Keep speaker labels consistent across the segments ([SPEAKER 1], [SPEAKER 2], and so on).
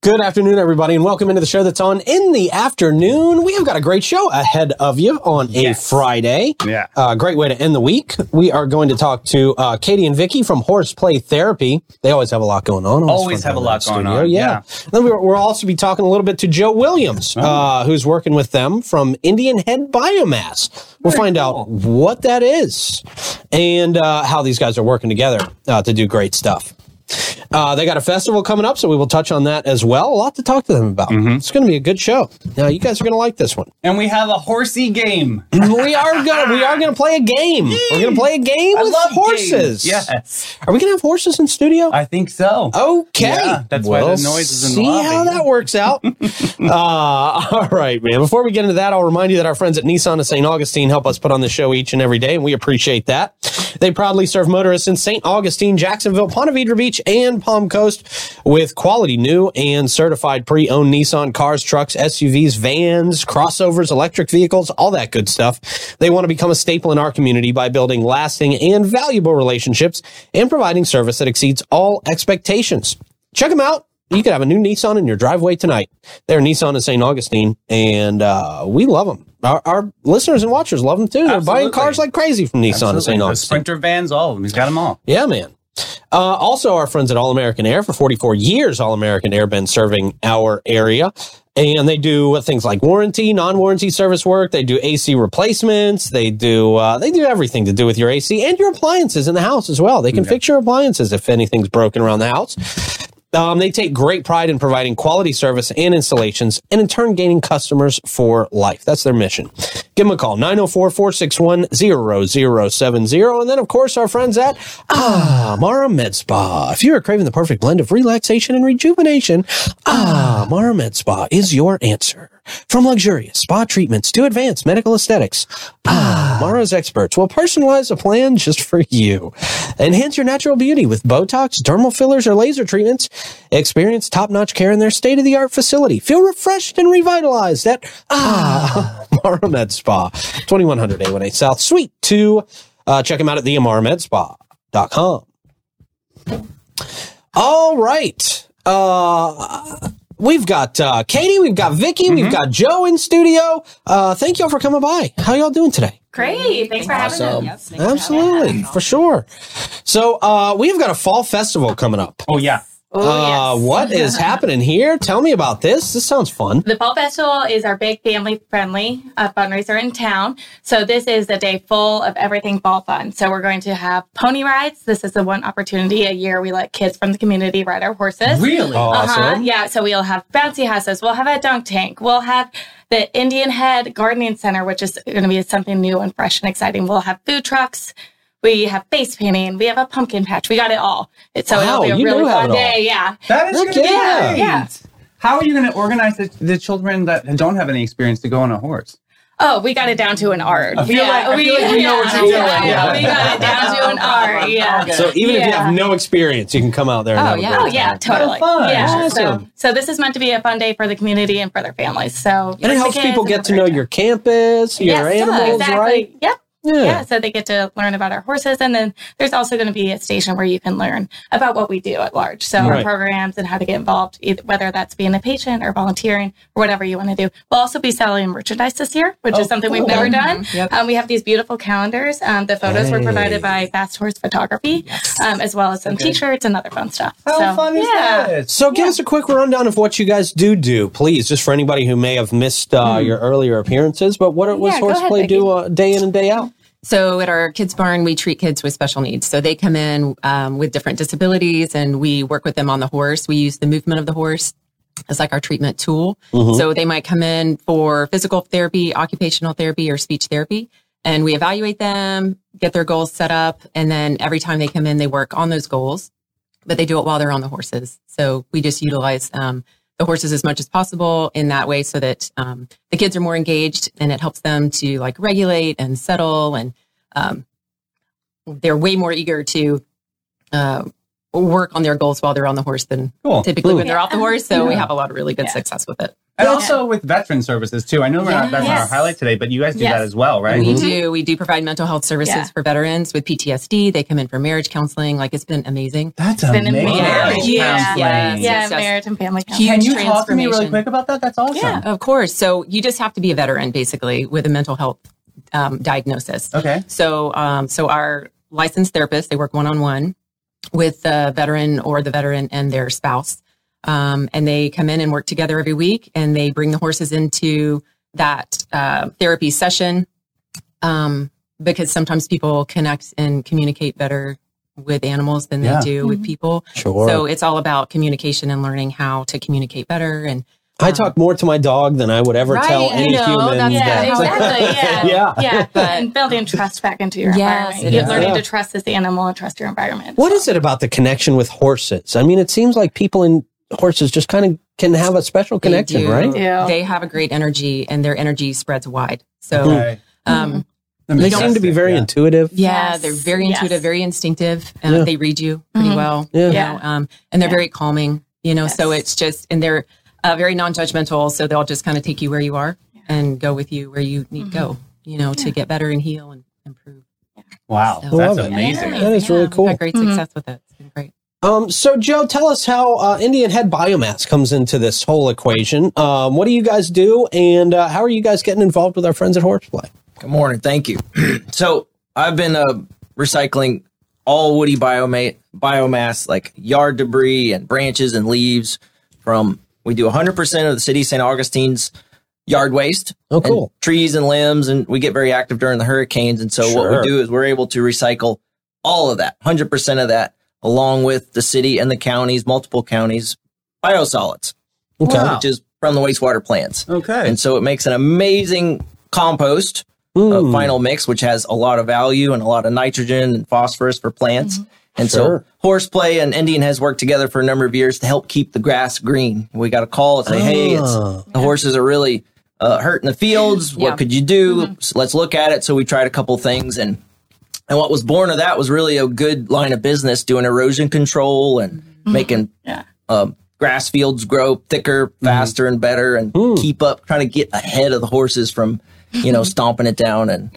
[SPEAKER 1] Good afternoon, everybody, and welcome into the show that's on in the afternoon. We have got a great show ahead of you on a Friday.
[SPEAKER 2] Yeah.
[SPEAKER 1] Uh, great way to end the week. We are going to talk to uh, Katie and Vicky from Horseplay Therapy. They always have a lot going on.
[SPEAKER 2] Always
[SPEAKER 1] fun
[SPEAKER 2] have a
[SPEAKER 1] time
[SPEAKER 2] lot
[SPEAKER 1] in the
[SPEAKER 2] going on,
[SPEAKER 1] Yeah.
[SPEAKER 2] yeah. Oh.
[SPEAKER 1] Then we- we'll also be talking a little bit to Joe Williams, uh, who's working with them from Indian Head Biomass. We'll find out what that is and uh, how these guys are working together uh, to do great stuff. Uh, they got a festival coming up, so we will touch on that as well. A lot to talk to them about.
[SPEAKER 2] Mm-hmm.
[SPEAKER 1] It's going to be a good show. Now, you guys are going to like this one.
[SPEAKER 2] And we have a horsey game.
[SPEAKER 1] we are gonna we are gonna play a game. We're gonna play a game
[SPEAKER 2] I
[SPEAKER 1] with
[SPEAKER 2] love
[SPEAKER 1] horses.
[SPEAKER 2] games. Yes. Oh,
[SPEAKER 1] Are we gonna have horses in studio?
[SPEAKER 2] I think so.
[SPEAKER 1] Okay.
[SPEAKER 2] Yeah, that's why the noise is in the
[SPEAKER 1] See
[SPEAKER 2] lobby.
[SPEAKER 1] how that works out. uh, all right, man. Before we get into that, I'll remind you that our friends at Nissan of St. Augustine help us put on the show each and every day, and we appreciate that. They proudly serve motorists in St. Augustine, Jacksonville, Ponte Vedra Beach, and Palm Coast with quality new and certified pre owned Nissan cars, trucks, SUVs, vans, crossovers, electric vehicles, all that good stuff. They want to become a staple in our community by building lasting and valuable relationships and providing service that exceeds all expectations. Check them out. You could have a new Nissan in your driveway tonight. They're Nissan in St. Augustine, and uh, we love them. Our, our listeners and watchers love them too. They're buying
[SPEAKER 2] Absolutely.
[SPEAKER 1] cars like crazy from Nissan in St.
[SPEAKER 2] The
[SPEAKER 1] Augustine.
[SPEAKER 2] sprinter vans, all of them. He's got them all.
[SPEAKER 1] Yeah, man. Uh, also, our friends at All American Air for 44 years, All American Air been serving our area. And they do uh, things like warranty, non-warranty service work. They do AC replacements. They do uh, they do everything to do with your AC and your appliances in the house as well. They can fix your appliances if anything's broken around the house. Um, they take great pride in providing quality service and installations and in turn gaining customers for life. That's their mission. Give them a call, 904 461 0070. And then, of course, our friends at Ah Mara Med Spa. If you are craving the perfect blend of relaxation and rejuvenation, Ah Mara Med Spa is your answer. From luxurious spa treatments to advanced medical aesthetics, Ah, Mara's experts will personalize a plan just for you. Enhance your natural beauty with Botox, dermal fillers, or laser treatments. Experience top-notch care in their state-of-the-art facility. Feel refreshed and revitalized at Ah Mara Med Spa, 2100 A1A South, Suite 2. Uh, check them out at theamaramedspa.com. All right. Uh, we've got uh, Katie, we've got Vicky, we've got Joe in studio. Uh, thank y'all for coming by. How y'all doing today?
[SPEAKER 3] Great. Thanks for having us.
[SPEAKER 1] Absolutely, for sure. So uh, we've got a fall festival coming up.
[SPEAKER 2] Oh, yeah.
[SPEAKER 3] Oh,
[SPEAKER 1] Uh,
[SPEAKER 3] yes.
[SPEAKER 1] what is happening here? Tell me about this. This sounds fun.
[SPEAKER 3] The Fall Festival is our big family friendly uh, fundraiser in town. So, this is the day full of everything fall fun. So, we're going to have pony rides. This is the one opportunity a year we let kids from the community ride our horses.
[SPEAKER 2] Really?
[SPEAKER 3] Uh-huh. Yeah. So we'll have bouncy houses. We'll have a dunk tank. We'll have the Indian Head Gardening Center, which is going to be something new and fresh and exciting. We'll have food trucks. We have face painting. We have a pumpkin patch. We got it all. It's, so
[SPEAKER 1] Wow,
[SPEAKER 3] it'll be a
[SPEAKER 1] you
[SPEAKER 3] really
[SPEAKER 1] do have
[SPEAKER 3] fun
[SPEAKER 1] it all.
[SPEAKER 3] day. Yeah.
[SPEAKER 2] That is
[SPEAKER 1] Look
[SPEAKER 2] gonna be
[SPEAKER 1] at
[SPEAKER 2] great.
[SPEAKER 3] that. Yeah.
[SPEAKER 2] How are you going to organize the, the children that don't have any experience to go on a horse?
[SPEAKER 3] Oh, we got it down to an art.
[SPEAKER 2] feel
[SPEAKER 3] yeah,
[SPEAKER 2] like- I
[SPEAKER 3] we,
[SPEAKER 2] feel like we know what you're doing.
[SPEAKER 3] Yeah, we got it down to an art. Yeah.
[SPEAKER 1] So even if you
[SPEAKER 3] Yeah.
[SPEAKER 1] have no experience, you can come out there. And
[SPEAKER 4] Oh,
[SPEAKER 1] have a
[SPEAKER 4] yeah.
[SPEAKER 1] great
[SPEAKER 3] Oh yeah,
[SPEAKER 1] time.
[SPEAKER 3] totally.
[SPEAKER 2] fun.
[SPEAKER 3] Yeah.
[SPEAKER 1] Awesome.
[SPEAKER 3] So, so this is meant to be a fun day for the community and for their families. So
[SPEAKER 1] And it helps people get to know your campus, your
[SPEAKER 3] yes,
[SPEAKER 1] animals,
[SPEAKER 3] exactly.
[SPEAKER 1] right?
[SPEAKER 3] Yep.
[SPEAKER 1] Yeah.
[SPEAKER 3] Yeah. so they get to learn about our horses, and then there's also going to be a station where you can learn about what we do at large. So
[SPEAKER 1] Right.
[SPEAKER 3] our programs and how to get involved, either, whether that's being a patient or volunteering or whatever you want to do. We'll also be selling merchandise this year, which is something we've never done.
[SPEAKER 4] Yep.
[SPEAKER 3] Um, we have these beautiful calendars. Um, the photos were provided by Fast Horse Photography, um, as well as some T-shirts and other fun stuff.
[SPEAKER 2] How
[SPEAKER 3] so,
[SPEAKER 2] fun is
[SPEAKER 3] yeah.
[SPEAKER 2] that?
[SPEAKER 1] So give us a quick rundown of what you guys do do, please, just for anybody who may have missed uh,
[SPEAKER 4] Hmm.
[SPEAKER 1] your earlier appearances. But what was
[SPEAKER 3] Yeah, go ahead,
[SPEAKER 1] Horseplay
[SPEAKER 3] Becky.
[SPEAKER 1] do uh, day in and day out?
[SPEAKER 4] So at our kids barn, we treat kids with special needs. So they come in um, with different disabilities, and we work with them on the horse. We use the movement of the horse as like our treatment tool. So they might come in for physical therapy, occupational therapy, or speech therapy, and we evaluate them, get their goals set up, and then every time they come in, they work on those goals. But they do it while they're on the horses. So we just utilize um, the horses as much as possible in that way, so that um, the kids are more engaged, and it helps them to like regulate and settle and um, they're way more eager to uh, work on their goals while they're on the horse than
[SPEAKER 2] Cool.
[SPEAKER 4] typically when
[SPEAKER 3] Ooh.
[SPEAKER 4] they're off the horse. So we
[SPEAKER 2] Yeah.
[SPEAKER 4] have a lot of really good
[SPEAKER 3] Yeah.
[SPEAKER 4] success with it.
[SPEAKER 2] And also with veteran services too. I know we're not, that's not our
[SPEAKER 3] Yes.
[SPEAKER 2] highlight today, but you guys do
[SPEAKER 3] Yes.
[SPEAKER 2] that as well, right? Mm-hmm.
[SPEAKER 4] We do. We do provide mental health services
[SPEAKER 3] Yeah.
[SPEAKER 4] for veterans with PTSD. They come in for marriage counseling. Like it's been amazing.
[SPEAKER 2] That's
[SPEAKER 3] been in
[SPEAKER 2] amazing.
[SPEAKER 3] marriage. Yeah.
[SPEAKER 4] Yes.
[SPEAKER 3] Yeah,
[SPEAKER 4] It's just
[SPEAKER 3] marriage and family counseling.
[SPEAKER 2] Can
[SPEAKER 4] Huge
[SPEAKER 2] you talk to me really
[SPEAKER 4] transformation.
[SPEAKER 2] quick about that? That's awesome.
[SPEAKER 3] Yeah.
[SPEAKER 4] Of course. So you just have to be a veteran basically with a mental health um, diagnosis.
[SPEAKER 2] Okay.
[SPEAKER 4] So, um, so our licensed therapists, they work one on one with the veteran or the veteran and their spouse. Um, and they come in and work together every week and they bring the horses into that uh, therapy session um, because sometimes people connect and communicate better with animals than
[SPEAKER 2] Yeah.
[SPEAKER 4] they do with people.
[SPEAKER 1] Sure.
[SPEAKER 4] So it's all about communication and learning how to communicate better and
[SPEAKER 1] I talk more to my dog than I would ever
[SPEAKER 4] um, Right,
[SPEAKER 1] tell
[SPEAKER 4] I
[SPEAKER 1] any
[SPEAKER 4] know,
[SPEAKER 1] human. that-
[SPEAKER 4] that's-
[SPEAKER 3] Yeah,
[SPEAKER 4] Yeah.
[SPEAKER 3] exactly. Yeah.
[SPEAKER 1] Yeah.
[SPEAKER 3] and building trust back into your
[SPEAKER 4] Yes,
[SPEAKER 3] environment.
[SPEAKER 4] it
[SPEAKER 3] You're
[SPEAKER 4] is.
[SPEAKER 3] learning
[SPEAKER 1] Yeah.
[SPEAKER 3] to trust this animal and trust your environment.
[SPEAKER 1] What is it about the connection with horses? I mean, it seems like people and horses just kind of can have a special
[SPEAKER 4] they
[SPEAKER 1] connection,
[SPEAKER 4] do.
[SPEAKER 1] right?
[SPEAKER 3] They do.
[SPEAKER 4] They have a great energy and their energy spreads wide. So,
[SPEAKER 2] Okay.
[SPEAKER 4] um,
[SPEAKER 1] They seem to be very
[SPEAKER 2] Yeah.
[SPEAKER 1] intuitive.
[SPEAKER 4] Yeah,
[SPEAKER 3] Yes.
[SPEAKER 4] they're very
[SPEAKER 3] Yes.
[SPEAKER 4] intuitive, very instinctive. Um,
[SPEAKER 1] Yeah.
[SPEAKER 4] They read you pretty
[SPEAKER 3] Mhm.
[SPEAKER 4] well.
[SPEAKER 1] Yeah.
[SPEAKER 4] You
[SPEAKER 3] Yeah.
[SPEAKER 4] know, um, and they're
[SPEAKER 3] Yeah.
[SPEAKER 4] very calming, you know, so
[SPEAKER 3] Yes.
[SPEAKER 4] it's just, and they're uh, very non judgmental. So they'll just kind of take you where you are and go with you where you need to go,
[SPEAKER 3] Mm-hmm.
[SPEAKER 4] you know, to get better and heal and improve.
[SPEAKER 2] Wow.
[SPEAKER 4] I
[SPEAKER 2] That's
[SPEAKER 1] love it.
[SPEAKER 2] amazing.
[SPEAKER 1] That is really
[SPEAKER 4] we've
[SPEAKER 1] cool.
[SPEAKER 4] Had great
[SPEAKER 3] Mm-hmm.
[SPEAKER 4] success with it. It's been great.
[SPEAKER 1] Um, so, Joe, tell us how uh, Indian head biomass comes into this whole equation. Um, what do you guys do, and uh, how are you guys getting involved with our friends at Horseplay?
[SPEAKER 5] Good morning. Thank you. so I've been uh, recycling all woody bioma- biomass, like yard debris and branches and leaves from, we do 100% of the city of St. Augustine's yard waste.
[SPEAKER 1] Oh, cool.
[SPEAKER 5] And trees and limbs. And we get very active during the hurricanes. And so
[SPEAKER 1] Sure.
[SPEAKER 5] what we do is we're able to recycle all of that, 100% of that, along with the city and the counties, multiple counties, biosolids,
[SPEAKER 1] Okay. Oh,
[SPEAKER 5] which is from the wastewater plants.
[SPEAKER 2] Okay.
[SPEAKER 5] And so it makes an amazing compost
[SPEAKER 1] Mm.
[SPEAKER 5] uh, final mix, which has a lot of value and a lot of nitrogen and phosphorus for plants. And
[SPEAKER 1] Mm-hmm. Sure.
[SPEAKER 5] so horseplay and Indian has worked together for a number of years to help keep the grass green. We got a call and say, hey, it's,
[SPEAKER 1] Ah.
[SPEAKER 5] the horses are really uh, hurt in the fields.
[SPEAKER 4] Yeah.
[SPEAKER 5] What could you do? So let's look at it. So we tried a couple things and and what was born of that was really a good line of business doing erosion control and making
[SPEAKER 3] Yeah.
[SPEAKER 5] um, grass fields grow thicker, faster, and better, and keep up, trying to get ahead of the horses from, you know, stomping it down. And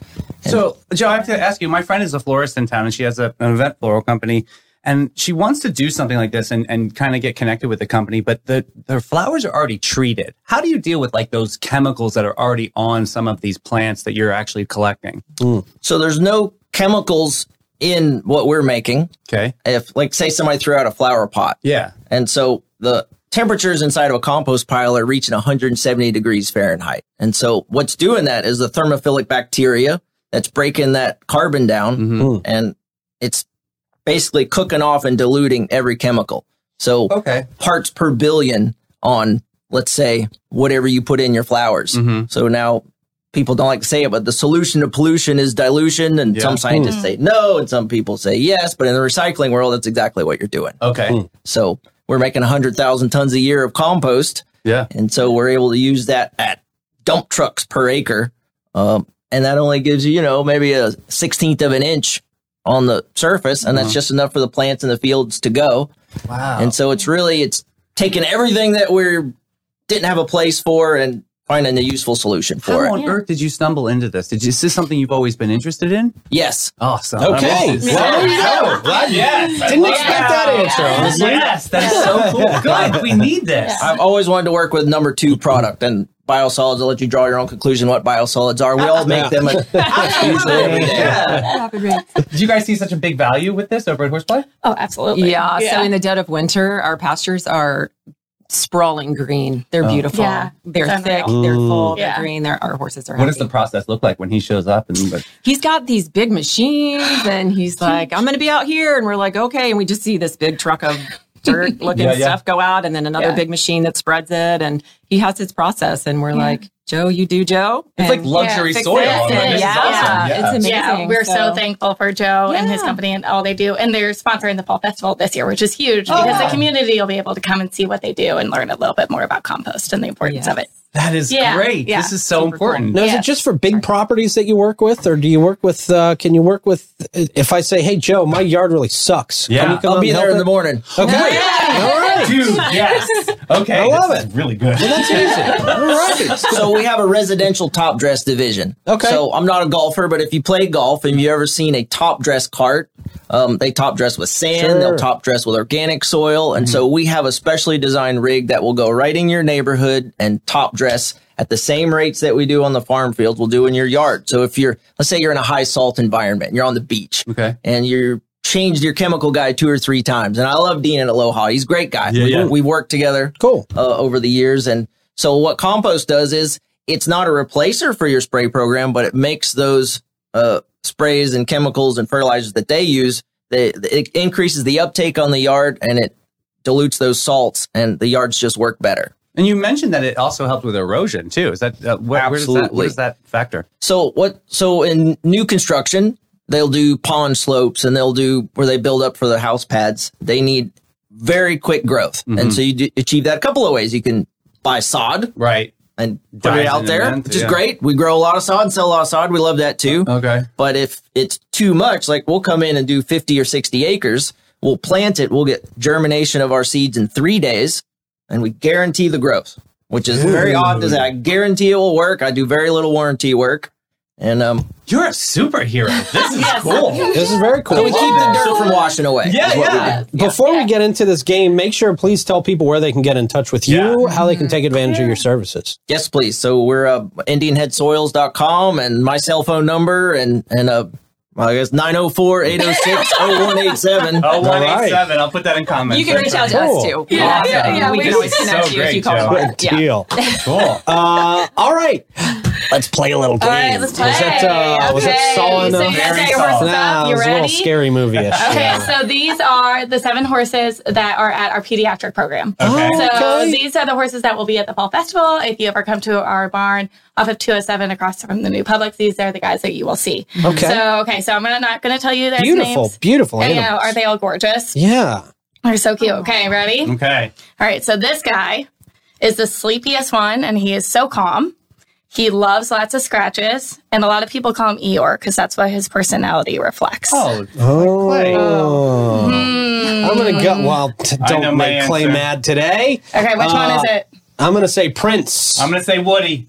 [SPEAKER 2] So, Joe, I have to ask you. My friend is a florist in town, and she has a, an event floral company, and she wants to do something like this and, and kind of get connected with the company. But the their flowers are already treated. How do you deal with like those chemicals that are already on some of these plants that you're actually collecting?
[SPEAKER 5] so there's no chemicals in what we're making.
[SPEAKER 2] Okay.
[SPEAKER 5] If, like, say somebody threw out a flower pot,
[SPEAKER 2] Yeah.
[SPEAKER 5] And so the temperatures inside of a compost pile are reaching 170 degrees Fahrenheit. And so what's doing that is the thermophilic bacteria that's breaking that carbon down and it's basically cooking off and diluting every chemical. So
[SPEAKER 2] Okay.
[SPEAKER 5] parts per billion on, let's say, whatever you put in your flowers.
[SPEAKER 2] Mm-hmm.
[SPEAKER 5] So now people don't like to say it, but the solution to pollution is dilution. And
[SPEAKER 2] Yeah.
[SPEAKER 5] some scientists say no, and some people say yes. But in the recycling world, that's exactly what you're doing.
[SPEAKER 2] Okay.
[SPEAKER 5] So we're making 100,000 tons a year of compost.
[SPEAKER 2] Yeah.
[SPEAKER 5] And so we're able to use that at dump trucks per acre. Um, and that only gives you, you know, maybe a 16th of an inch on the surface. And that's just enough for the plants in the fields to go.
[SPEAKER 2] Wow.
[SPEAKER 5] And so it's really, it's taking everything that we didn't have a place for and finding a useful solution for
[SPEAKER 2] How
[SPEAKER 5] it.
[SPEAKER 2] on earth did you stumble into this? Did you, is this something you've always been interested in?
[SPEAKER 5] Yes.
[SPEAKER 2] Awesome.
[SPEAKER 1] Okay.
[SPEAKER 2] I'm-
[SPEAKER 1] Well, there you go.
[SPEAKER 2] yes. I
[SPEAKER 1] Didn't
[SPEAKER 2] love
[SPEAKER 1] expect
[SPEAKER 2] that.
[SPEAKER 1] that answer, honestly.
[SPEAKER 2] Yes, that's so cool. Good. We need this.
[SPEAKER 5] I've always wanted to work with number two product and biosolids. I'll let you draw your own conclusion what biosolids are. We all make them and use them every day.
[SPEAKER 2] Did you guys see such a big value with this over at Horseplay?
[SPEAKER 3] Oh, absolutely.
[SPEAKER 4] Yeah, So in the dead of winter, our pastures are sprawling green. They're
[SPEAKER 1] Oh.
[SPEAKER 4] beautiful.
[SPEAKER 3] Yeah.
[SPEAKER 4] They're
[SPEAKER 3] It's
[SPEAKER 4] thick.
[SPEAKER 3] unreal.
[SPEAKER 4] They're full.
[SPEAKER 3] Yeah.
[SPEAKER 4] They're green. They're, our horses are
[SPEAKER 2] What
[SPEAKER 4] happy.
[SPEAKER 2] does the process look like when he shows up? And but,
[SPEAKER 4] he's got these big machines and he's like, I'm going to be out here. And we're like, okay. And we just see this big truck of dirt looking
[SPEAKER 2] Yeah, yeah.
[SPEAKER 4] stuff go out and then another
[SPEAKER 3] Yeah.
[SPEAKER 4] big machine that spreads it. And he has his process. And we're like, Joe, you do Joe.
[SPEAKER 2] It's like
[SPEAKER 4] And-
[SPEAKER 2] luxury
[SPEAKER 3] fix
[SPEAKER 2] soil.
[SPEAKER 3] it.
[SPEAKER 2] I mean,
[SPEAKER 3] Yeah.
[SPEAKER 2] this is
[SPEAKER 3] Yeah.
[SPEAKER 2] awesome. Yeah.
[SPEAKER 4] It's amazing.
[SPEAKER 3] Yeah, we're so, thankful for Joe and his
[SPEAKER 4] Yeah.
[SPEAKER 3] company and all they do. And they're sponsoring the Fall Festival this year, which is huge because the community will be able to come and see what they do and learn a little bit more about compost and the importance of
[SPEAKER 4] Yes.
[SPEAKER 3] it.
[SPEAKER 2] That is
[SPEAKER 3] Yeah.
[SPEAKER 2] great.
[SPEAKER 3] Yeah.
[SPEAKER 2] This is so important.
[SPEAKER 1] Now, is
[SPEAKER 3] Yeah.
[SPEAKER 1] it just for big properties that you work with, or do you work with? Uh, can you work with? If I say, "Hey, Joe, my yard really sucks,"
[SPEAKER 2] Yeah.
[SPEAKER 1] can you come
[SPEAKER 5] I'll
[SPEAKER 1] out
[SPEAKER 5] be
[SPEAKER 1] and
[SPEAKER 5] there in
[SPEAKER 1] help
[SPEAKER 5] the
[SPEAKER 1] it?
[SPEAKER 5] morning.
[SPEAKER 1] Okay, all right,
[SPEAKER 2] Dude, yes. Okay.
[SPEAKER 1] I love
[SPEAKER 2] this is Really good.
[SPEAKER 1] that's easy. All right.
[SPEAKER 5] so we have a residential top dress division.
[SPEAKER 1] Okay.
[SPEAKER 5] So I'm not a golfer, but if you play golf and you ever seen a top dress cart, um, they top dress with sand,
[SPEAKER 1] Sure.
[SPEAKER 5] they'll top dress with organic soil, and so we have a specially designed rig that will go right in your neighborhood and top dress at the same rates that we do on the farm field. We'll do in your yard. So if you're, let's say you're in a high salt environment, you're on the beach,
[SPEAKER 2] Okay.
[SPEAKER 5] and you're changed your chemical guy two or three times. And I love Dean at Aloha. He's a great guy.
[SPEAKER 2] Yeah,
[SPEAKER 5] we,
[SPEAKER 2] yeah.
[SPEAKER 5] we work together
[SPEAKER 1] Cool.
[SPEAKER 5] uh, over the years. And so what compost does is it's not a replacer for your spray program, but it makes those uh, sprays and chemicals and fertilizers that they use. They, it increases the uptake on the yard and it dilutes those salts, and the yards just work better.
[SPEAKER 2] And you mentioned that it also helped with erosion too. Is that uh, where, where does that
[SPEAKER 5] Absolutely.
[SPEAKER 2] where does that factor?
[SPEAKER 5] So what? So in new construction, they'll do pond slopes and they'll do where they build up for the house pads. They need very quick growth, and so you do achieve that a couple of ways. You can buy sod
[SPEAKER 2] Right.
[SPEAKER 5] and put
[SPEAKER 2] Dyes
[SPEAKER 5] it out
[SPEAKER 2] and
[SPEAKER 5] there,
[SPEAKER 2] amends,
[SPEAKER 5] which is
[SPEAKER 2] yeah.
[SPEAKER 5] great. We grow a lot of sod and sell a lot of sod. We love that too.
[SPEAKER 2] Okay.
[SPEAKER 5] But if it's too much, like we'll come in and do 50 or 60 acres, we'll plant it, we'll get germination of our seeds in three days, and we guarantee the growth, which is very odd to say. I guarantee it will work. I do very little warranty work. And um,
[SPEAKER 2] You're a superhero. This is cool.
[SPEAKER 1] This is very cool.
[SPEAKER 5] so we keep the dirt from washing away. is
[SPEAKER 2] Yeah,
[SPEAKER 5] what we
[SPEAKER 2] yeah.
[SPEAKER 5] do.
[SPEAKER 1] Before we get into this game, make sure please tell people where they can get in touch with you, how they can take advantage of your services.
[SPEAKER 5] Yes, please. So we're uh, IndianHeadSoils.com and my cell phone number and, and uh, I guess 904 806 0187.
[SPEAKER 2] Oh, one
[SPEAKER 1] right.
[SPEAKER 2] eight seven. I'll put that in comments.
[SPEAKER 4] You can reach out to us too.
[SPEAKER 3] Yeah, yeah,
[SPEAKER 4] Awesome.
[SPEAKER 3] yeah,
[SPEAKER 4] We
[SPEAKER 3] we
[SPEAKER 4] can
[SPEAKER 3] do.
[SPEAKER 4] always
[SPEAKER 3] This is
[SPEAKER 4] connect
[SPEAKER 2] so
[SPEAKER 4] you if you
[SPEAKER 2] great,
[SPEAKER 4] call
[SPEAKER 2] Joe.
[SPEAKER 4] tomorrow.
[SPEAKER 1] Good deal.
[SPEAKER 2] Cool.
[SPEAKER 1] Uh, all right, let's play a little game.
[SPEAKER 3] All right, let's play.
[SPEAKER 1] Was that, uh, was that
[SPEAKER 3] Okay,
[SPEAKER 1] Saw and
[SPEAKER 3] so
[SPEAKER 1] the-
[SPEAKER 3] you
[SPEAKER 2] Very
[SPEAKER 3] guys your
[SPEAKER 2] Saw.
[SPEAKER 3] horses
[SPEAKER 1] Nah,
[SPEAKER 3] up.
[SPEAKER 1] it
[SPEAKER 3] You
[SPEAKER 1] was a little
[SPEAKER 3] ready?
[SPEAKER 1] scary movie-ish.
[SPEAKER 3] Okay, so these are the seven horses that are at our pediatric program.
[SPEAKER 2] Okay.
[SPEAKER 3] So
[SPEAKER 1] Okay.
[SPEAKER 3] these are the horses that will be at the fall festival. If you ever come to our barn off of 207 across from the new Publix, these are the guys that you will see.
[SPEAKER 1] Okay.
[SPEAKER 3] So okay, so I'm gonna not gonna tell you their
[SPEAKER 1] beautiful,
[SPEAKER 3] names.
[SPEAKER 1] beautiful
[SPEAKER 3] I
[SPEAKER 1] animals.
[SPEAKER 3] know, are they all gorgeous?
[SPEAKER 1] yeah. Mm-hmm.
[SPEAKER 3] They're so cute. Okay, ready? All
[SPEAKER 2] Okay.
[SPEAKER 3] right, so this guy is the sleepiest one, and he is so calm. He loves lots of scratches, and a lot of people call him Eeyore because that's what his personality reflects.
[SPEAKER 2] Oh,
[SPEAKER 1] Oh.
[SPEAKER 2] Clay.
[SPEAKER 1] I'm gonna go. Well,
[SPEAKER 3] Hmm.
[SPEAKER 1] t-
[SPEAKER 2] I know
[SPEAKER 1] don't
[SPEAKER 2] my
[SPEAKER 1] make Clay
[SPEAKER 2] answer.
[SPEAKER 1] mad today.
[SPEAKER 3] Okay, which one
[SPEAKER 1] Uh,
[SPEAKER 3] is it?
[SPEAKER 1] I'm gonna say Prince.
[SPEAKER 2] I'm gonna say Woody.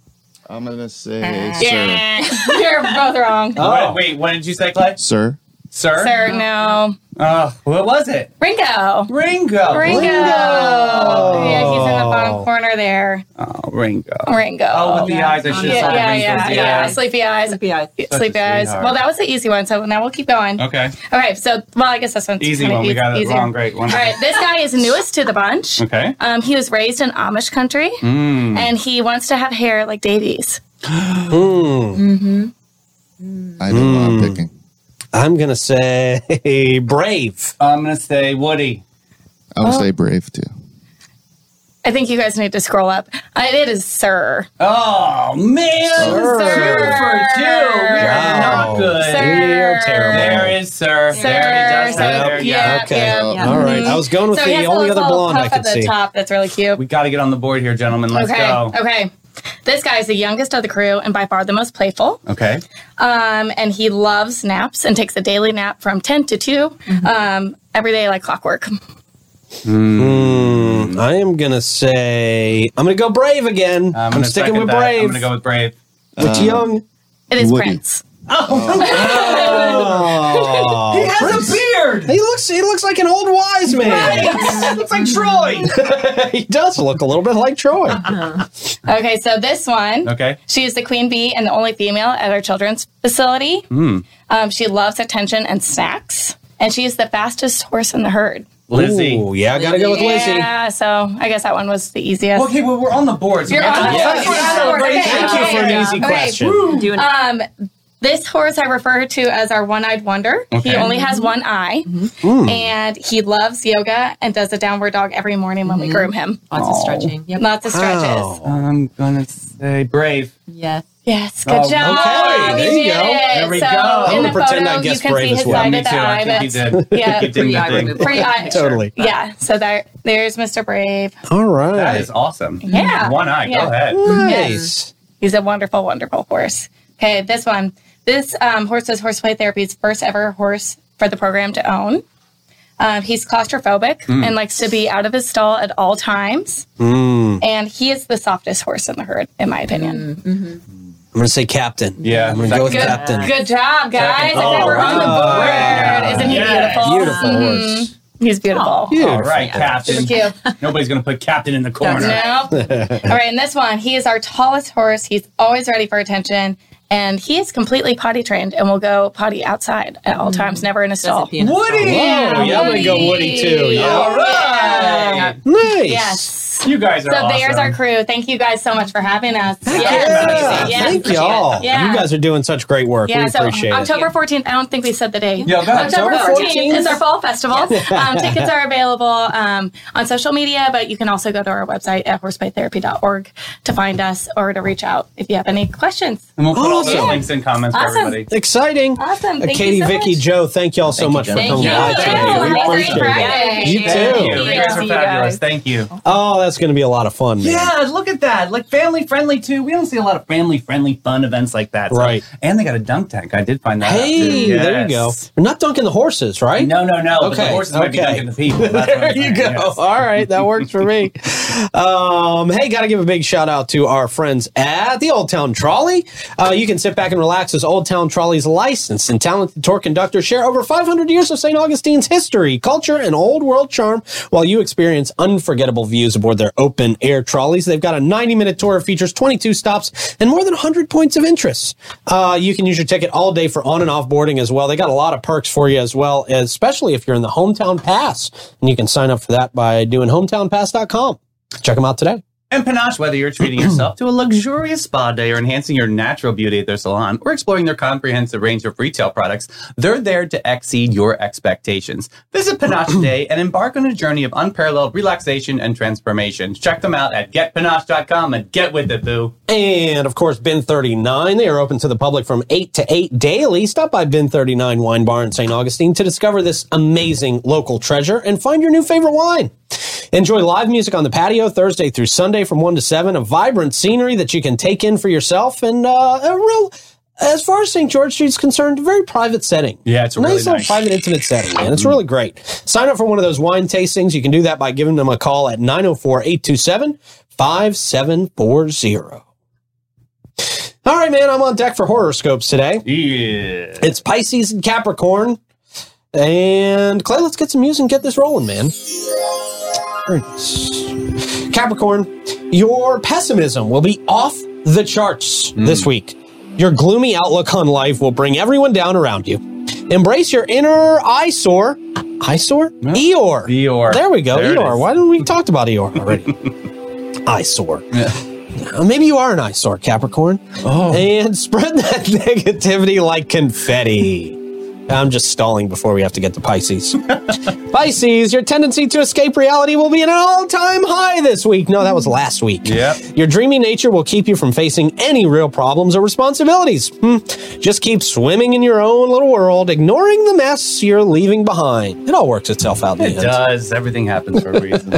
[SPEAKER 6] I'm gonna say, uh, sir,
[SPEAKER 3] Yeah, you're both wrong.
[SPEAKER 2] What- Wait, what did you say, Clay?
[SPEAKER 6] sir,
[SPEAKER 2] Sir.
[SPEAKER 3] Sir, no.
[SPEAKER 2] Uh, what was it?
[SPEAKER 3] Ringo.
[SPEAKER 2] Ringo.
[SPEAKER 3] Ringo. Yeah, he's in the bottom corner there.
[SPEAKER 2] Oh, Ringo.
[SPEAKER 3] Ringo.
[SPEAKER 2] Oh, with the eyes, I should have
[SPEAKER 3] yeah,
[SPEAKER 2] said
[SPEAKER 3] yeah,
[SPEAKER 2] Ringo's
[SPEAKER 3] yeah,
[SPEAKER 2] the
[SPEAKER 3] yeah.
[SPEAKER 2] eyes.
[SPEAKER 3] Sleepy eyes.
[SPEAKER 4] Sleepy eyes.
[SPEAKER 2] a
[SPEAKER 3] Sleepy eyes.
[SPEAKER 2] sweetheart.
[SPEAKER 3] Well, that was the easy one, so now we'll keep going.
[SPEAKER 2] Okay.
[SPEAKER 3] Okay, so, well, I guess this one's
[SPEAKER 2] Easy
[SPEAKER 3] kinda
[SPEAKER 2] one. We
[SPEAKER 3] eas-
[SPEAKER 2] got it
[SPEAKER 3] easier.
[SPEAKER 2] wrong. Great one.
[SPEAKER 3] All right, this guy is newest to the bunch.
[SPEAKER 2] Okay. Mm.
[SPEAKER 3] Um, he was raised in Amish country, and he wants to have hair like Davies.
[SPEAKER 6] I know what I'm picking.
[SPEAKER 1] I'm gonna say Brave.
[SPEAKER 2] I'm gonna say Woody.
[SPEAKER 6] I would say brave too.
[SPEAKER 3] I think you guys need to scroll up. Uh, it is Sir.
[SPEAKER 2] Oh man,
[SPEAKER 1] Sir.
[SPEAKER 2] Two for two. We are
[SPEAKER 1] Wow.
[SPEAKER 2] not good.
[SPEAKER 1] We are terrible.
[SPEAKER 2] There is sir.
[SPEAKER 3] Sir.
[SPEAKER 2] There he does
[SPEAKER 3] So,
[SPEAKER 2] have hair.
[SPEAKER 3] yeah,
[SPEAKER 1] okay.
[SPEAKER 3] yeah, Mm-hmm.
[SPEAKER 6] yeah.
[SPEAKER 1] All right. I was going with
[SPEAKER 3] So he
[SPEAKER 1] the
[SPEAKER 3] has
[SPEAKER 1] only
[SPEAKER 3] a
[SPEAKER 1] other
[SPEAKER 3] little
[SPEAKER 1] blonde
[SPEAKER 3] puff
[SPEAKER 1] I could
[SPEAKER 3] at
[SPEAKER 1] see.
[SPEAKER 3] the top. That's really cute.
[SPEAKER 2] We got to get on the board here, gentlemen. Let's
[SPEAKER 3] okay.
[SPEAKER 2] go.
[SPEAKER 3] Okay. This guy is the youngest of the crew and by far the most playful.
[SPEAKER 2] Okay.
[SPEAKER 3] Um, and he loves naps and takes a daily nap from 10 to 2
[SPEAKER 1] Mm-hmm.
[SPEAKER 3] um, every day like clockwork.
[SPEAKER 1] Hmm. I am gonna say I'm gonna go Brave again.
[SPEAKER 2] I'm,
[SPEAKER 1] I'm,
[SPEAKER 2] gonna
[SPEAKER 1] sticking
[SPEAKER 2] second
[SPEAKER 1] with
[SPEAKER 2] that. I'm
[SPEAKER 1] Brave.
[SPEAKER 2] gonna go with uh, Brave.
[SPEAKER 1] with Young.
[SPEAKER 3] It is
[SPEAKER 6] Woody.
[SPEAKER 3] Prince.
[SPEAKER 1] Oh.
[SPEAKER 2] He has a beard.
[SPEAKER 1] He looks. He looks like an old wise man.
[SPEAKER 2] Looks like Troy.
[SPEAKER 1] he does look a little bit like Troy.
[SPEAKER 3] Uh-huh. Okay, so this one,
[SPEAKER 2] Okay.
[SPEAKER 3] she is the queen bee and the only female at our children's facility. Um, she loves attention and snacks, and she is the fastest horse in the herd.
[SPEAKER 2] Lizzie.
[SPEAKER 1] Ooh, yeah, I gotta go with Lizzie.
[SPEAKER 3] Yeah, so I guess that one was the easiest.
[SPEAKER 2] Okay, well we're on the board. So
[SPEAKER 3] You're
[SPEAKER 2] we have
[SPEAKER 3] on
[SPEAKER 2] to-
[SPEAKER 3] the
[SPEAKER 2] Yes.
[SPEAKER 3] board.
[SPEAKER 2] Celebrate.
[SPEAKER 3] You're on the board. Okay.
[SPEAKER 1] Thank you for an
[SPEAKER 3] Yeah.
[SPEAKER 1] easy
[SPEAKER 3] Okay.
[SPEAKER 1] question.
[SPEAKER 4] Doing it.
[SPEAKER 3] Um, This horse I refer to as our one eyed wonder. He
[SPEAKER 2] Okay. Mm-hmm.
[SPEAKER 3] only has one eye
[SPEAKER 1] Hmm.
[SPEAKER 3] and he loves yoga and does a downward dog every morning when we
[SPEAKER 2] Mm-hmm.
[SPEAKER 3] groom him.
[SPEAKER 4] Lots of stretching. Yep.
[SPEAKER 3] Lots of stretches.
[SPEAKER 1] Wow.
[SPEAKER 2] I'm gonna say brave.
[SPEAKER 4] Yes.
[SPEAKER 3] Yes, good
[SPEAKER 2] Oh,
[SPEAKER 3] job.
[SPEAKER 1] okay, there
[SPEAKER 3] you
[SPEAKER 1] you
[SPEAKER 3] did
[SPEAKER 1] go.
[SPEAKER 3] it.
[SPEAKER 2] There we
[SPEAKER 3] so
[SPEAKER 2] go. I'm
[SPEAKER 3] in
[SPEAKER 1] gonna
[SPEAKER 3] the
[SPEAKER 1] pretend I
[SPEAKER 3] photo, you
[SPEAKER 1] guessed
[SPEAKER 3] can
[SPEAKER 1] brave
[SPEAKER 3] see
[SPEAKER 1] as
[SPEAKER 3] his
[SPEAKER 1] well.
[SPEAKER 3] side
[SPEAKER 2] me
[SPEAKER 3] of
[SPEAKER 2] too.
[SPEAKER 3] the eye.
[SPEAKER 2] I think he
[SPEAKER 3] That's
[SPEAKER 2] did.
[SPEAKER 3] Yeah.
[SPEAKER 2] He did
[SPEAKER 4] Free
[SPEAKER 2] the
[SPEAKER 4] eye
[SPEAKER 2] thing.
[SPEAKER 4] removal.
[SPEAKER 3] free eye.
[SPEAKER 1] Totally.
[SPEAKER 3] Yeah. So there, there's Mr. Brave.
[SPEAKER 1] All right.
[SPEAKER 2] That is awesome.
[SPEAKER 3] Yeah.
[SPEAKER 2] One eye.
[SPEAKER 3] Yeah.
[SPEAKER 2] Go ahead.
[SPEAKER 1] nice.
[SPEAKER 3] He's a wonderful, wonderful horse. Okay, this one. This um, horse is Horseplay Therapy's first ever horse for the program to own. Um, he's claustrophobic and likes to be out of his stall at all times. And he is the softest horse in the herd, in my opinion.
[SPEAKER 1] I'm going to say captain.
[SPEAKER 2] Yeah.
[SPEAKER 1] I'm going to go with
[SPEAKER 3] Good,
[SPEAKER 1] captain.
[SPEAKER 3] good job, guys. I said we're on the board. Isn't he
[SPEAKER 2] Yeah.
[SPEAKER 3] beautiful? Mm-hmm.
[SPEAKER 5] Beautiful horse.
[SPEAKER 3] He's beautiful.
[SPEAKER 2] All right, Captain.
[SPEAKER 3] Thank you.
[SPEAKER 2] Nobody's gonna put Captain in the corner.
[SPEAKER 3] No. All right, and this one, he is our tallest horse. He's always ready for attention, and he is completely potty trained and will go potty outside at
[SPEAKER 2] Mm.
[SPEAKER 3] all times, never in a stall.
[SPEAKER 4] Doesn't pee in a
[SPEAKER 2] Woody!
[SPEAKER 4] stall.
[SPEAKER 1] Oh, yeah, I'm going to go Woody too. Yeah.
[SPEAKER 2] All right.
[SPEAKER 1] Nice.
[SPEAKER 3] Yes.
[SPEAKER 2] You guys are
[SPEAKER 3] So
[SPEAKER 2] awesome.
[SPEAKER 3] there's our crew. Thank you guys so much for having us.
[SPEAKER 1] Yeah.
[SPEAKER 3] Yes. Yes,
[SPEAKER 1] Thank
[SPEAKER 3] appreciate
[SPEAKER 1] y'all.
[SPEAKER 3] it. Yeah.
[SPEAKER 1] You guys are doing such great work.
[SPEAKER 3] Yeah,
[SPEAKER 1] we
[SPEAKER 3] so
[SPEAKER 1] appreciate it.
[SPEAKER 3] October 14th, I don't think we said the date.
[SPEAKER 2] Yeah, go ahead.
[SPEAKER 3] October
[SPEAKER 1] October
[SPEAKER 3] 14th,
[SPEAKER 1] 14th.
[SPEAKER 3] is our fall festival. um, tickets are available um, on social media, but you can also go to our website at horseplaytherapy.org to find us or to reach out if you have any questions.
[SPEAKER 2] and we'll put all those
[SPEAKER 1] Awesome.
[SPEAKER 2] links and comments
[SPEAKER 3] Awesome.
[SPEAKER 2] for everybody.
[SPEAKER 1] Exciting.
[SPEAKER 3] Awesome.
[SPEAKER 1] Uh,
[SPEAKER 3] Thank
[SPEAKER 1] Katie,
[SPEAKER 3] you so
[SPEAKER 1] Vicky,
[SPEAKER 3] much.
[SPEAKER 1] Joe, thank y'all so much for
[SPEAKER 5] Thank
[SPEAKER 1] coming
[SPEAKER 5] you.
[SPEAKER 1] by
[SPEAKER 5] Thank
[SPEAKER 1] today.
[SPEAKER 5] you.
[SPEAKER 1] We
[SPEAKER 3] Have a great
[SPEAKER 1] appreciate it.
[SPEAKER 3] Friday.
[SPEAKER 1] You
[SPEAKER 2] Thank
[SPEAKER 1] too.
[SPEAKER 2] you. You guys are fabulous. Thank you.
[SPEAKER 1] Oh, that's going to be a lot of fun. man.
[SPEAKER 2] Yeah, look at that. Like family friendly too. We don't see a lot of family friendly fun events like that.
[SPEAKER 1] Right.
[SPEAKER 2] And they got a dunk tank. I did find that. out,
[SPEAKER 1] Hey,
[SPEAKER 2] too.
[SPEAKER 1] there you go.
[SPEAKER 2] Yes.
[SPEAKER 1] We're not dunking the horses, right?
[SPEAKER 2] No, no, no. But the
[SPEAKER 1] Okay,
[SPEAKER 2] horses might be
[SPEAKER 1] okay.
[SPEAKER 2] dunking the people. That's what I'm
[SPEAKER 1] There you
[SPEAKER 2] saying,
[SPEAKER 1] go.
[SPEAKER 2] yes.
[SPEAKER 1] All right, that works for me. Um, hey, got to give a big shout out to our friends at the Old Town Trolley. Uh, you can sit back and relax as Old Town Trolley's licensed and talented tour conductors share over 500 years of St. Augustine's history, culture, and old world charm while you experience unforgettable views aboard their open air trolleys. They've got a 90 minute tour of features, 22 stops, and more than 100 points of interest. Uh, you can use your ticket all day for on and off boarding as well. They got a lot of perks for you as well, especially if you're in the Hometown Pass. And you can sign up for that by doing hometownpass.com. Check them out today.
[SPEAKER 2] And Panache, whether you're treating yourself to a luxurious spa day or enhancing your natural beauty at their salon or exploring their comprehensive range of retail products, they're there to exceed your expectations. Visit Panache today and embark on a journey of unparalleled relaxation and transformation. Check them out at getpanache.com and get with it, boo.
[SPEAKER 1] And of course, Bin 39, they are open to the public from 8 to 8 daily. Stop by Bin 39 Wine Bar in St. Augustine to discover this amazing local treasure and find your new favorite wine. Enjoy live music on the patio Thursday through Sunday from 1 to 7, a vibrant scenery that you can take in for yourself and uh, a real, as far as St. George Street's concerned, a very private setting.
[SPEAKER 2] Yeah, it's a
[SPEAKER 1] nice
[SPEAKER 2] really
[SPEAKER 1] little
[SPEAKER 2] nice- Mm-hmm.
[SPEAKER 1] private intimate setting, man. It's really great. Sign up for one of those wine tastings. You can do that by giving them a call at 904 827 5740. All right, man, I'm on deck for horoscopes today.
[SPEAKER 2] Yeah.
[SPEAKER 1] It's Pisces and Capricorn. And Clay, let's get some music and get this rolling, man. Very nice. Capricorn, your pessimism will be off the charts
[SPEAKER 2] Hmm.
[SPEAKER 1] this week. Your gloomy outlook on life will bring everyone down around you. Embrace your inner eyesore. Eyesore? Eeyore.
[SPEAKER 2] Eeyore.
[SPEAKER 1] There we go.
[SPEAKER 2] There it
[SPEAKER 1] Eeyore.
[SPEAKER 2] is.
[SPEAKER 1] Why didn't we talked about Eeyore already? eyesore. Uh, Maybe you are an eyesore, Capricorn. Oh. And spread that negativity like confetti. I'm just stalling before we have to get to Pisces. Pisces, your tendency to escape reality will be at an all time high this week. No, that was last week.
[SPEAKER 2] Yep.
[SPEAKER 1] Your dreamy nature will keep you from facing any real problems or responsibilities. Hmm. Just keep swimming in your own little world, ignoring the mess you're leaving behind. It all works itself out in
[SPEAKER 2] It
[SPEAKER 1] the end.
[SPEAKER 2] does. Everything happens for a reason.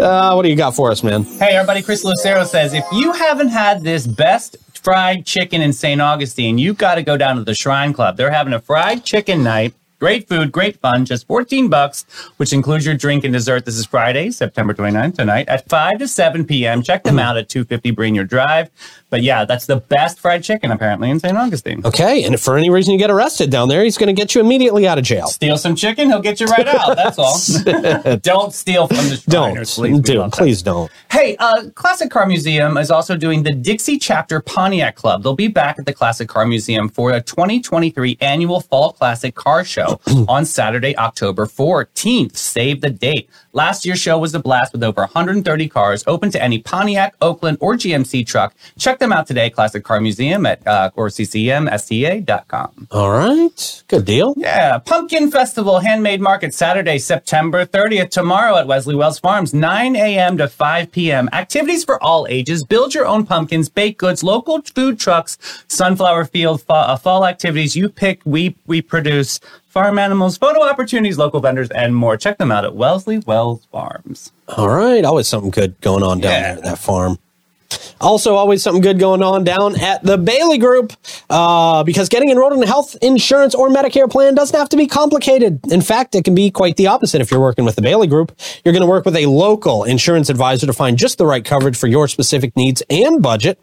[SPEAKER 1] Uh, what do you got for us, man?
[SPEAKER 2] Hey, everybody, Chris Lucero says if you haven't had this best fried chicken in St. Augustine, you've got to go down to the Shrine Club. They're having a fried chicken night. Great food, great fun, just 14 bucks, which includes your drink and dessert. This is Friday, September 29th, tonight at 5 to 7 p.m. Check them out at 250 Brainerd Drive. But yeah, that's the best fried chicken apparently in St. Augustine.
[SPEAKER 1] Okay, and if for any reason you get arrested down there, he's going to get you immediately out of jail.
[SPEAKER 2] Steal some chicken, he'll get you right out. That's all. Don't steal from the
[SPEAKER 1] Don't,
[SPEAKER 2] Shriners, please. We
[SPEAKER 1] dude,
[SPEAKER 2] love that.
[SPEAKER 1] please don't.
[SPEAKER 2] Hey, uh, Classic Car Museum is also doing the Dixie Chapter Pontiac Club. They'll be back at the Classic Car Museum for a 2023 annual Fall Classic Car Show. show on Saturday, October 14th. Save the date. Last year's show was a blast with over 130 cars open to any Pontiac, Oakland, or GMC truck. Check them out today, Classic Car Museum at uh, or ccmsca.com.
[SPEAKER 1] All right. Good deal.
[SPEAKER 2] Yeah, Pumpkin Festival Handmade Market Saturday, September 30th, tomorrow at Wesley Wells Farms, 9 a.m. to 5 p.m. Activities for all ages. Build your own pumpkins, baked goods, local food trucks, sunflower field, fa- uh, fall activities. You pick, we, we produce, farm animals, photo opportunities, local vendors, and more. Check them out at Wesley Wells Farms.
[SPEAKER 1] All right. Always something good going on down
[SPEAKER 2] Yeah.
[SPEAKER 1] there at that farm. Also, always something good going on down at the Bailey Group uh, because getting enrolled in a health insurance or Medicare plan doesn't have to be complicated. In fact, it can be quite the opposite if you're working with the Bailey Group. You're going to work with a local insurance advisor to find just the right coverage for your specific needs and budget.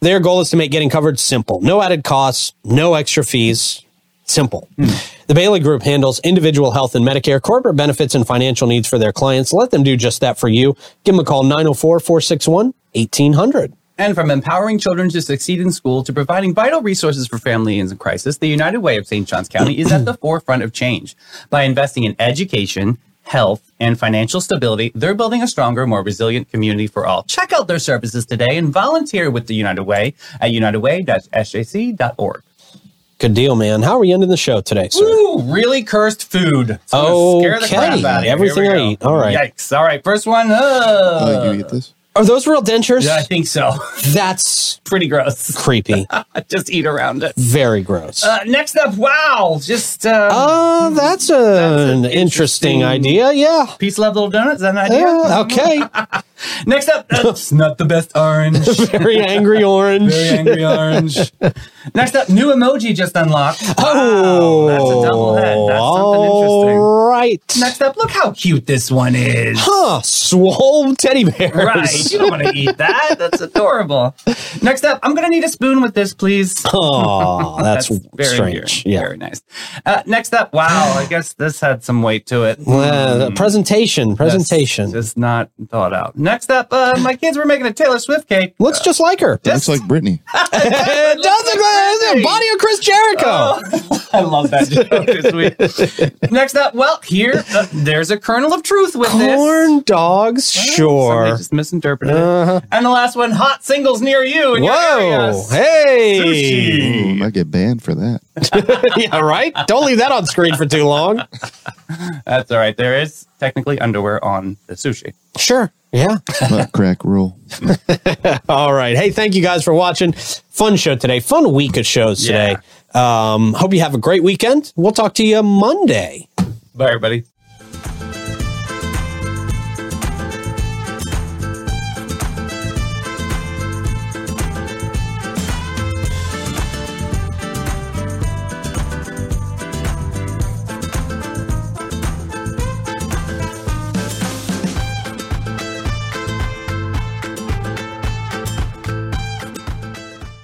[SPEAKER 1] Their goal is to make getting covered simple no added costs, no extra fees. Simple. The Bailey Group handles individual health and Medicare, corporate benefits, and financial needs for their clients. Let them do just that for you. Give them a call 904 461 1800.
[SPEAKER 2] And from empowering children to succeed in school to providing vital resources for families in crisis, the United Way of St. Johns County is at the forefront of change. By investing in education, health, and financial stability, they're building a stronger, more resilient community for all. Check out their services today and volunteer with the United Way at unitedway.sjc.org.
[SPEAKER 1] Good deal, man. How are we ending the show today, sir?
[SPEAKER 2] Ooh, really cursed food. It's gonna scare the
[SPEAKER 1] Okay,
[SPEAKER 2] crap out of you.
[SPEAKER 1] everything
[SPEAKER 2] Here we
[SPEAKER 1] I
[SPEAKER 2] go.
[SPEAKER 1] eat. All right.
[SPEAKER 2] Yikes. All right. First one. Uh,
[SPEAKER 6] Uh, you eat this?
[SPEAKER 1] Are those real dentures?
[SPEAKER 2] yeah, I think so.
[SPEAKER 1] That's
[SPEAKER 2] Pretty gross.
[SPEAKER 1] creepy.
[SPEAKER 2] Just eat around it.
[SPEAKER 1] Very gross.
[SPEAKER 2] Uh, next up, wow, just uh,
[SPEAKER 1] Uh, that's, a- an interesting,
[SPEAKER 2] interesting-
[SPEAKER 1] idea. Yeah.
[SPEAKER 2] peace, love, little donut. Is that an idea?
[SPEAKER 1] Yeah, okay.
[SPEAKER 2] Next up, uh, that's Oh. not the best orange.
[SPEAKER 1] Very angry orange.
[SPEAKER 2] Very angry orange. Next up, new emoji just unlocked.
[SPEAKER 1] oh,
[SPEAKER 2] that's a double head. That's something interesting.
[SPEAKER 1] All right.
[SPEAKER 2] Next up, look how cute this one is.
[SPEAKER 1] Huh, swole teddy bears.
[SPEAKER 2] Right, you don't want to eat that. That's adorable. Next up, I'm gonna need a spoon with this, please.
[SPEAKER 1] Oh, that's, strange.
[SPEAKER 2] endearing.
[SPEAKER 1] Yeah.
[SPEAKER 2] very nice. Uh, next up, wow, I guess this had some weight to it.
[SPEAKER 1] Well,
[SPEAKER 2] Hmm.
[SPEAKER 1] the presentation,
[SPEAKER 2] That's
[SPEAKER 1] presentation.
[SPEAKER 2] Just not thought out. Next up, uh, my kids were making a Taylor Swift cake. Uh,
[SPEAKER 1] Looks just like her.
[SPEAKER 6] Looks like Britney.
[SPEAKER 1] it doesn't matter.
[SPEAKER 2] Britney.
[SPEAKER 1] Body of Chris Jericho.
[SPEAKER 2] Oh, I love that joke this week. Next up, well, here, uh, there's a kernel of truth with this.
[SPEAKER 1] Corn dogs,
[SPEAKER 2] Somebody
[SPEAKER 1] sure.
[SPEAKER 2] just misinterpreted it. And the last one, hot singles near you. In Your
[SPEAKER 1] Whoa.
[SPEAKER 2] areas.
[SPEAKER 1] Hey.
[SPEAKER 6] Ooh, I get banned for that.
[SPEAKER 1] yeah, right? Don't leave that on screen for too long.
[SPEAKER 2] That's all right. There is technically underwear on the sushi.
[SPEAKER 1] Sure. Yeah.
[SPEAKER 6] Butt crack rule.
[SPEAKER 1] All right. Hey, thank you guys for watching. Fun show today. Fun week of shows today. Um, hope you have a great weekend. We'll talk to you Monday.
[SPEAKER 2] Bye, everybody.